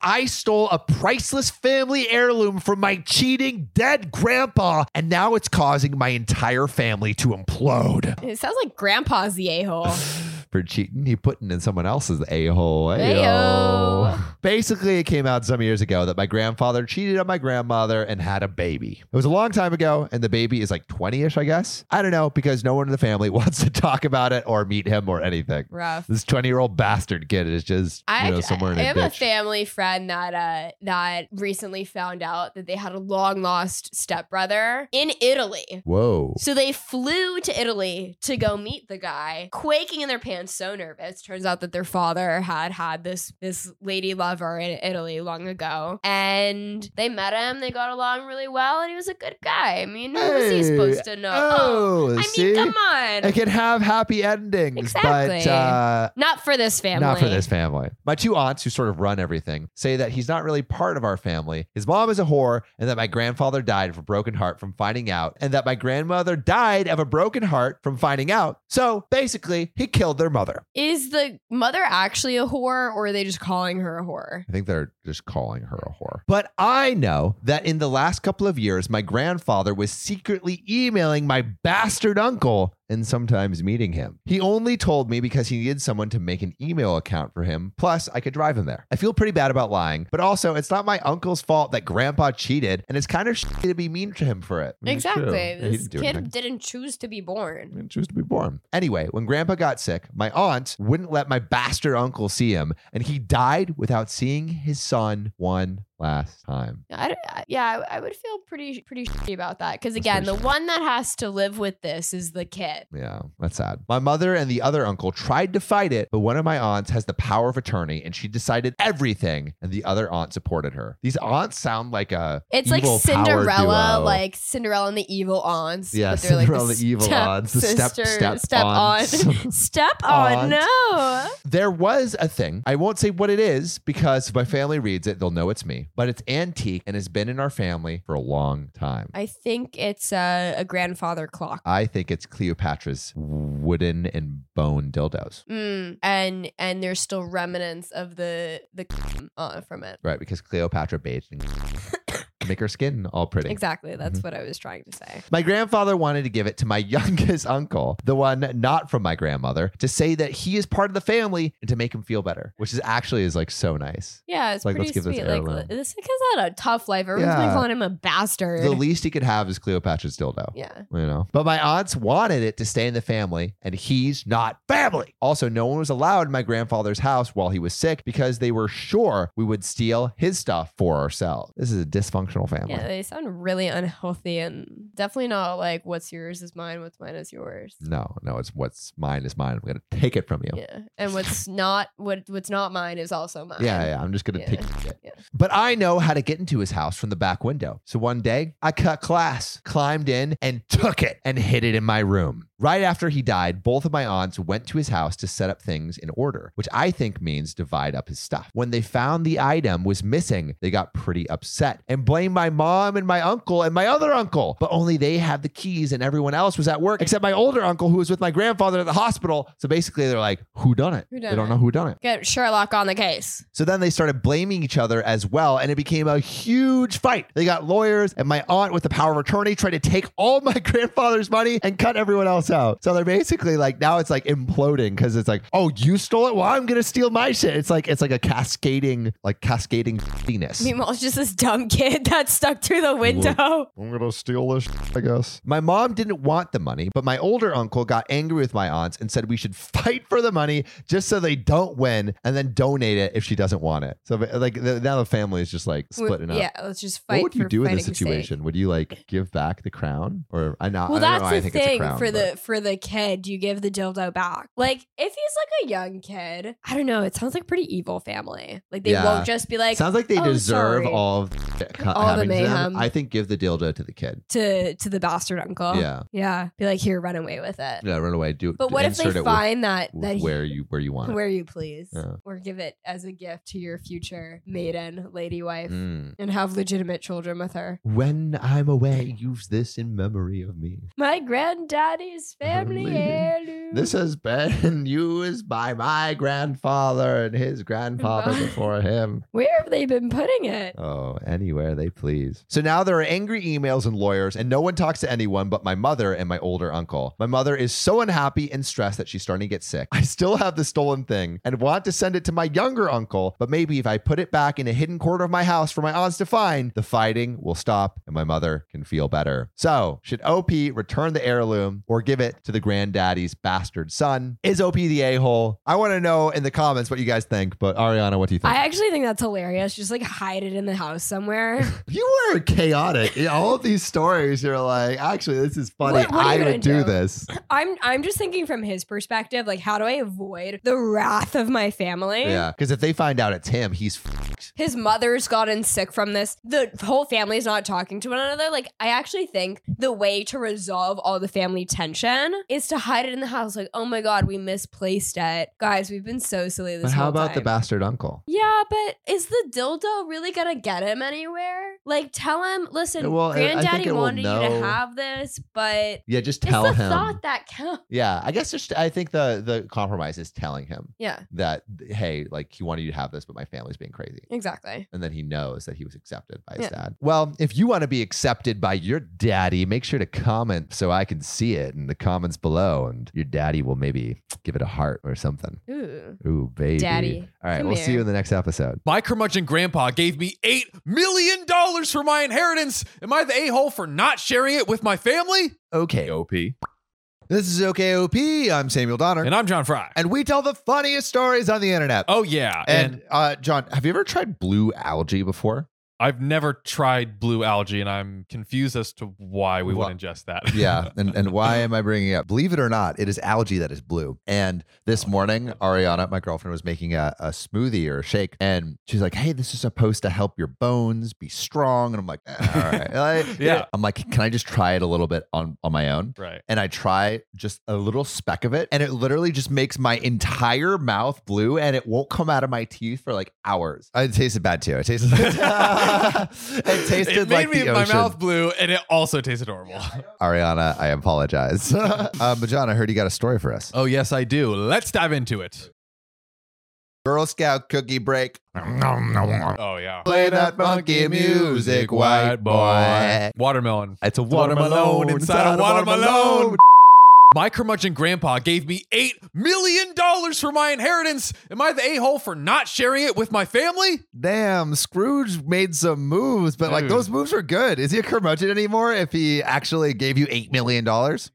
I stole a priceless family heirloom from my cheating dead grandpa, and now it's causing my entire family to implode. It sounds like grandpa's the a-hole. For cheating, he putting in someone else's a hole. Ayo. Basically, it came out some years ago that my grandfather cheated on my grandmother and had a baby. It was a long time ago, and the baby is like 20 ish, I guess. I don't know, because no one in the family wants to talk about it or meet him or anything. Rough. This 20 year old bastard kid is just, I, you know, somewhere in I a have a ditch. family friend that uh that recently found out that they had a long lost stepbrother in Italy. Whoa. So they flew to Italy to go meet the guy, quaking in their pants, so nervous. Turns out that their father had had this this lady lover in Italy long ago, and they met him. They got along really well, and he was a good guy. I mean, who was he Hey. supposed to know? Oh, I mean, see? come on, It can have happy endings, but Exactly. uh, not for this family. Not for this family. My two aunts, who sort of run everything, say that he's not really part of our family. His mom is a whore, and that my grandfather died of a broken heart from finding out, and that my grandmother died of a broken heart from finding out. So basically, he killed their mother. Is the mother actually a whore, or are they just calling her a whore? I think they're just calling her a whore. But I know that in the last couple of years, my grandfather was secretly emailing my bastard uncle and sometimes meeting him. He only told me because he needed someone to make an email account for him. Plus, I could drive him there. I feel pretty bad about lying, but also, it's not my uncle's fault that grandpa cheated, and it's kind of shitty to be mean to him for it. Exactly. He This didn't do kid anything. didn't choose to be born. And choose to be born. Anyway, when grandpa got sick, my aunt wouldn't let my bastard uncle see him, and he died without seeing his son one last time. I, d- I- yeah, I, I would feel pretty pretty shitty about that because That's again, pretty the one that has to live with this is the kid. Yeah, that's sad. My mother and the other uncle tried to fight it, but one of my aunts has the power of attorney and she decided everything, and the other aunt supported her. These aunts sound like a It's evil like power Cinderella, duo. like Cinderella and the evil aunts. Yeah, but they're like Cinderella and the evil step aunts, the step- sister- step on, aunts. step on. Aunt. No, There was a thing. I won't say what it is because if my family reads it, they'll know it's me. But it's antique and has been in our family for a long time. I think it's a, a grandfather clock. I think it's Cleopatra's wooden and bone dildos. Mm, and and there's still remnants of the the uh, from it. Right, because Cleopatra bathed in make her skin all pretty. Exactly, that's Mm-hmm. what I was trying to say. My grandfather wanted to give it to my youngest uncle, the one not from my grandmother, to say that he is part of the family and to make him feel better, which is actually is like so nice. Yeah, it's Like, let's pretty give this sweet. Like heirloom. li- this kid's had a tough life. Everyone's Yeah. been calling him a bastard. The least he could have is Cleopatra's dildo. yeah. You know, but my aunts wanted it to stay in the family, and he's not family. Also, no one was allowed in my grandfather's house while he was sick because they were sure we would steal his stuff for ourselves. This is a dysfunctional family. Yeah, they sound really unhealthy and definitely not like what's yours is mine, what's mine is yours. No, no, it's what's mine is mine. I'm gonna take it from you. Yeah. And what's not what what's not mine is also mine. Yeah, yeah, I'm just gonna Yeah. take it. Yeah. But I know how to get into his house from the back window. So one day I cut class, climbed in, and took it and hid it in my room. Right after he died, both of my aunts went to his house to set up things in order, which I think means divide up his stuff. When they found the item was missing, they got pretty upset and blamed my mom and my uncle and my other uncle. But only they had the keys and everyone else was at work except my older uncle who was with my grandfather at the hospital. So basically they're like, who done it? Who They done don't it? know who done it. Get Sherlock on the case. So then they started blaming each other as well, and it became a huge fight. They got lawyers, and my aunt with the power of attorney tried to take all my grandfather's money and cut everyone else out. So they're basically like now it's like imploding because it's like, oh, you stole it. Well, I'm gonna steal my shit. It's like it's like a cascading, like cascading shittiness. Meanwhile, it's just this dumb kid that's stuck through the window. I'm gonna steal this, I guess. My mom didn't want the money, but my older uncle got angry with my aunts and said we should fight for the money just so they don't win and then donate it if she doesn't want it. So, but, like, the, now the family is just like splitting up. Yeah, let's just What fight. would you for do in this fighting's sake. situation? Would you like give back the crown, or I know? Well, I don't know that's why I the think it's a thing crown, but- for the for the kid. You give the dildo back. Like if he's like a young kid, I don't know. It sounds like a pretty evil family. Like they Yeah. won't just be like Sounds like they "Oh, deserve sorry." all of the shit All the happening to them. mayhem. I think give the dildo to the kid. to to the bastard uncle. Yeah. yeah. Be like, here, run away with it. Yeah, run away. Do Oh. But what if they insert it with- find that with that he- where you where you want it. where you please, Yeah. or give it as a gift to your future maiden, lady wife, Mm. and have legitimate children with her? When I'm away, use this in memory of me. My granddaddy's his family Family. heirloom. This has been used by my grandfather and his grandfather Wow. before him. Where have they been putting it? Oh, anywhere they please. So now there are angry emails and lawyers, and no one talks to anyone but my mother and my older uncle. My mother is so unhappy and stressed that she's starting to get sick. I still have the stolen thing and want to send it to my younger uncle, but maybe if I put it back in a hidden corner of my house for my aunts to find, the fighting will stop and my mother can feel better. So, should OP return the heirloom or give it to the granddaddy's bastard son? Is OP the a hole? I want to know in the comments what you guys think, but Ariana, what do you think? I actually think that's hilarious. Just like hide it in the house somewhere. You were chaotic. In all of these stories, you're like, actually, this is funny. What- what are I you would do, gonna do? this. I'm I'm just thinking from his perspective, like how do I avoid the wrath of my family? Yeah. Because if they find out it's him, he's f***ed. His mother's gotten sick from this. The whole family's not talking to one another. Like, I actually think the way to resolve all the family tension is to hide it in the house. Like, oh my God, we misplaced it. Guys, we've been so silly this But how whole about the time. bastard uncle? Yeah, but is the dildo really gonna get him anywhere? Like, tell him, listen, Well, I- I think granddaddy it will wanted you know. to have this, but Yeah, just tell it's the him. thought that counts. Yeah, I guess just I think the the compromise is telling him Yeah, that hey, like he wanted you to have this, but my family's being crazy. exactly. And then he knows that he was accepted by his Yeah. dad. Well, if you want to be accepted by your daddy, make sure to comment so I can see it in the comments below, and your daddy will maybe give it a heart or something. Ooh. Ooh, baby. Daddy, All right, come we'll see here. you in the next episode. My curmudgeon grandpa gave me $8 million for my inheritance. Am I the a hole for not sharing it with my family? Okay, OP. This is OKOP. I'm Samuel Donner. And I'm John Fry. And we tell the funniest stories on the internet. oh, yeah. and uh, John, have you ever tried blue algae before? I've never tried blue algae, and I'm confused as to why we Wha- would ingest that. Yeah. And, and why am I bringing it up? Believe it or not, it is algae that is blue. And this morning, Ariana, my girlfriend, was making a, a smoothie or a shake. And she's like, hey, this is supposed to help your bones be strong. And I'm like, "Eh, all right. Like, Yeah. I'm like, can I just try it a little bit on, on my own? right. and I try just a little speck of it, and it literally just makes my entire mouth blue, and it won't come out of my teeth for like hours. Uh, It tasted bad too. It tasted. it tasted It made like me the my ocean. mouth blue, and it also tasted horrible. Ariana, I apologize. uh, but John, I heard you got a story for us. oh yes, I do. Let's dive into it. Girl Scout cookie break. Oh yeah. Play that funky music, white boy. Watermelon. It's a Watermelon, inside a watermelon. My curmudgeon grandpa gave me eight million dollars for my inheritance. Am I the a hole for not sharing it with my family? Damn, Scrooge made some moves, but like Dude. those moves are good. Is he a curmudgeon anymore if he actually gave you $8 million?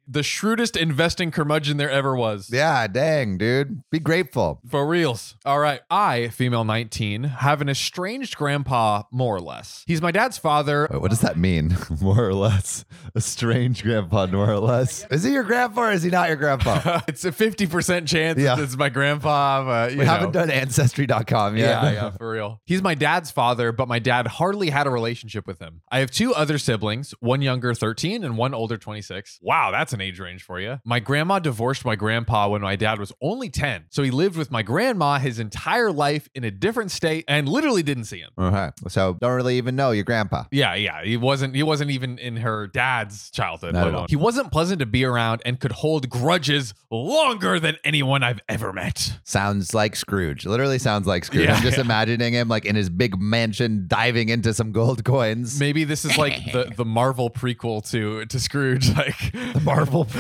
The shrewdest investing curmudgeon there ever was. Yeah, dang, dude. Be grateful. For reals. All right. I, female 19, have an estranged grandpa, more or less. He's my dad's father. Wait, what does that mean? more or less. A strange grandpa, more or less. Is he your grandpa or is he not your grandpa? it's a 50% chance Yeah. that it's my grandpa. But, you we haven't know. done ancestry.com yet. Yeah, yeah, for real. He's my dad's father, but my dad hardly had a relationship with him. I have two other siblings, one younger 13 and one older 26. Wow, that's an age range for you. My grandma divorced my grandpa when my dad was only 10. So he lived with my grandma his entire life in a different state and literally didn't see him. Okay. So don't really even know your grandpa. Yeah, yeah. He wasn't he wasn't even in her dad's childhood. Not let at all. alone. He wasn't pleasant to be around and could hold grudges longer than anyone I've ever met. Sounds like Scrooge. Literally sounds like Scrooge. Yeah, I'm just yeah. imagining him like in his big mansion diving into some gold coins. Maybe this is like the, the Marvel prequel to to Scrooge, like Marvel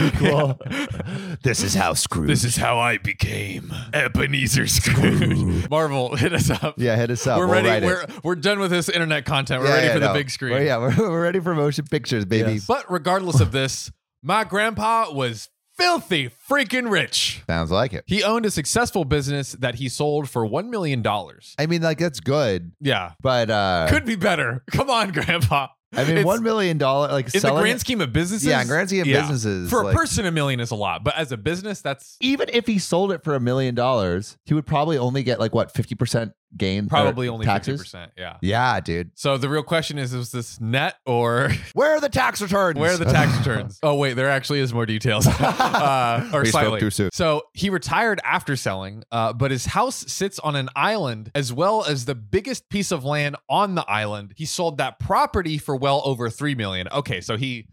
Yeah. this is how Scrooge. This is how I became Ebenezer Scrooge. Marvel, hit us up. yeah, hit us up. We're We'll write ready. it. We're, we're done with this internet content. We're Yeah, ready yeah, for no. the big screen. We're- yeah, we're, we're ready for motion pictures, baby. Yes. But regardless of this, my grandpa was filthy freaking rich. Sounds like it. He owned a successful business that he sold for $1 million. I mean, like that's good, Yeah. but uh Could be better. Come on, grandpa. I mean, It's- one million dollar like in the selling grand it- scheme of businesses. yeah, in grand scheme of yeah. businesses For like- a person, a million is a lot. But as a business, that's Even if he sold it for a million dollars, he would probably only get like what fifty percent gain. or probably only taxes. 50%. Yeah. Yeah, dude. So the real question is, is this net or Where are the tax returns? where are the tax returns? Oh, wait, there actually is more details. uh, or We spoke slightly. too soon. So he retired after selling, uh, but his house sits on an island as well as the biggest piece of land on the island. He sold that property for well over three million. Okay, so he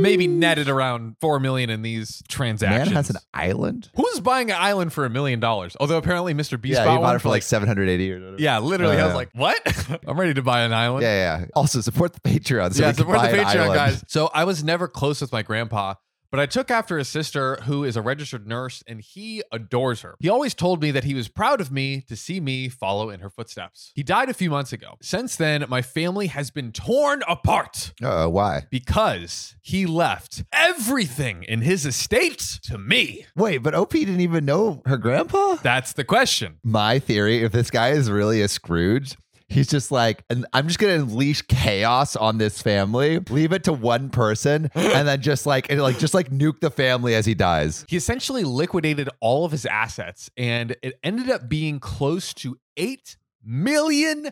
maybe netted around four million in these Man transactions. has an island. Who's buying an island for a million dollars? Although apparently Mr. Beast yeah, bought he bought one it for like 780 or whatever. yeah, literally. I was Oh, Yeah. like, what? I'm ready to buy an island. Yeah, yeah. Also, support the Patreon. So yeah, we can support the buy an Patreon, island. guys. So I was never close with my grandpa, but I took after his sister, who is a registered nurse, and he adores her. He always told me that he was proud of me to see me follow in her footsteps. He died a few months ago. Since then, my family has been torn apart Uh, why? because he left everything in his estate to me. Wait, but OP didn't even know her grandpa? That's the question. My theory if this guy is really a Scrooge, he's just like, and I'm just going to unleash chaos on this family, leave it to one person, and then just like, and like, just like nuke the family as he dies. He essentially liquidated all of his assets, and it ended up being close to $8 million.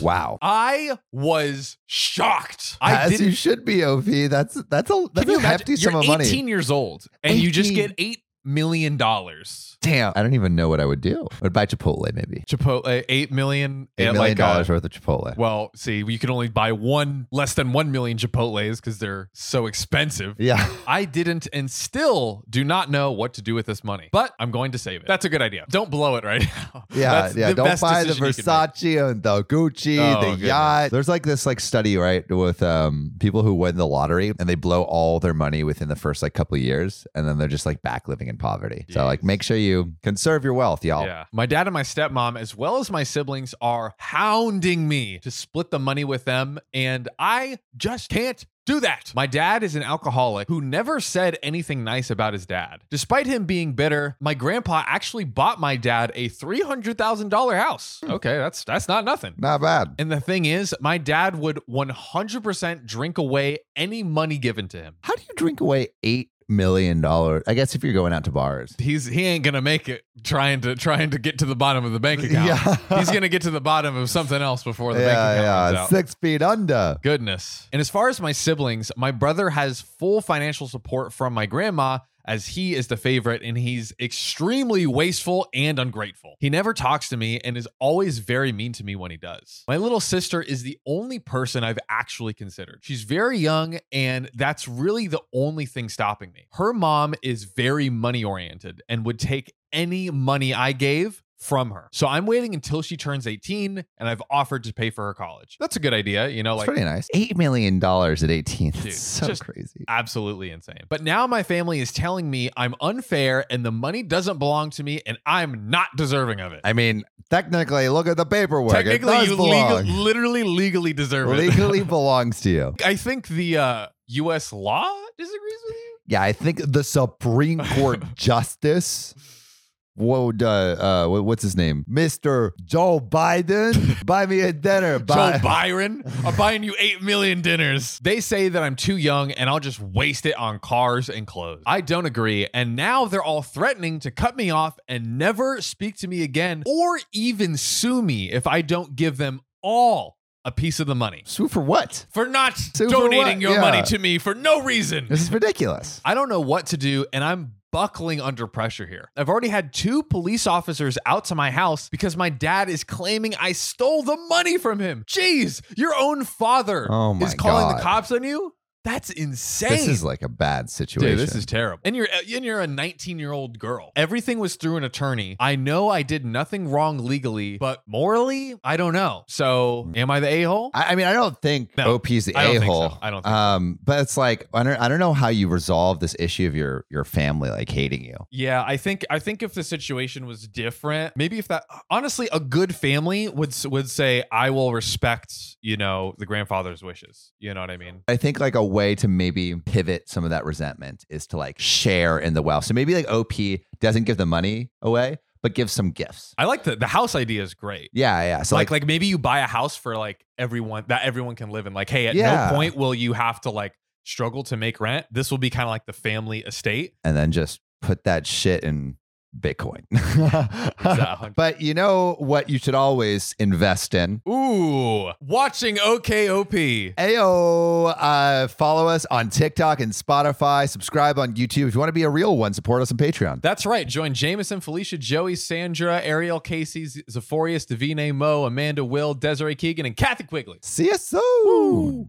Wow. I was shocked. I As didn't. you should be, OP. That's that's a that's can you a imagine? hefty sum You're of money. 18 years old, and you just 18. get eight million dollars. Damn, I don't even know what I would do. I'd buy Chipotle maybe. Chipotle, uh, eight million. Eight at million like, uh, dollars worth of Chipotle. well, see, you can only buy one less than one million Chipotles because they're so expensive. yeah. I didn't and still do not know what to do with this money, but I'm going to save it. That's a good idea. Don't blow it right now. Yeah, That's yeah. the Don't best buy the decision you can make. Versace and the Gucci, the Oh, goodness. yacht. There's like this like study right with um people who win the lottery and they blow all their money within the first like couple of years and then they're just like back living in poverty. So like Jeez. make sure you conserve your wealth, y'all. Yeah. My dad and my stepmom, as well as my siblings, are hounding me to split the money with them. And I just can't do that. My dad is an alcoholic who never said anything nice about his dad. Despite him being bitter, my grandpa actually bought my dad a $300,000 house. Okay, that's that's not nothing. Not bad. And the thing is, my dad would 100% drink away any money given to him. How do you drink away eight million dollars? I guess if you're going out to bars. He's he ain't going to make it trying to trying to get to the bottom of the bank account. He's gonna get to the bottom of something else before the bank yeah, account runs yeah. out. Six feet under. Goodness. And as far as my siblings, my brother has full financial support from my grandma as he is the favorite and he's extremely wasteful and ungrateful. He never talks to me and is always very mean to me when he does. My little sister is the only person I've actually considered. She's very young and that's really the only thing stopping me. Her mom is very money oriented and would take any money I gave from her. So I'm waiting until she turns 18 and I've offered to pay for her college. That's a good idea, you know, It's like pretty nice. Eight million dollars at eighteen. That's Dude, so just- crazy. absolutely insane. But now my family is telling me I'm unfair and the money doesn't belong to me and I'm not deserving of it. I mean, technically, look at the paperwork. It Technically, does you legal, belong. literally legally deserve legally belongs to you. it. I think the uh, U.S. law disagrees with you. Yeah, I think the Supreme Court Justice. Whoa, uh, uh, what- what's his name? Mr. Joe Biden. Buy me a dinner. Buy- Joe Byron, I'm buying you 8 million dinners. They say that I'm too young and I'll just waste it on cars and clothes. I don't agree. And now they're all threatening to cut me off and never speak to me again or even sue me if I don't give them all a piece of the money Sue for what? for not Sue for donating what? your Yeah. money to me for no reason. This is ridiculous. I don't know what to do, and I'm buckling under pressure here. I've already had two police officers out to my house because my dad is claiming I stole the money from him. Jeez, your own father Oh my is calling the God. cops on you? That's insane. This is like a bad situation. Dude, this is terrible. And you're uh, and you're a 19 year old girl. Everything was through an attorney. I know I did nothing wrong legally, but morally, I don't know. So, Mm. am I the a hole? I, I mean, I don't think No, OP's the I don't a think hole. so. I don't think so. um, but it's like I don't, I don't know how you resolve this issue of your your family like hating you. Yeah, I think I think if the situation was different, maybe if that honestly a good family would s- would say I will respect, you know, the grandfather's wishes. You know what I mean? I think like a way to maybe pivot some of that resentment is to like share in the wealth. So maybe like OP doesn't give the money away, but gives some gifts. I like the the house idea is great. Yeah, yeah. So like, like maybe you buy a house for like everyone that everyone can live in. Like, hey, at Yeah. no point will you have to like struggle to make rent. This will be kind of like the family estate. and then just put that shit in Bitcoin. Exactly. but you know what you should always invest in? Ooh, watching OKOP. Ayo, uh, follow us on TikTok and Spotify. Subscribe on YouTube. If you want to be a real one, support us on Patreon. That's right. Join Jameson, Felicia, Joey, Sandra, Ariel, Casey, Z- Zephorius, Davine, Mo, Amanda, Will, Desiree Keegan, and Kathy Quigley. See you soon. Woo.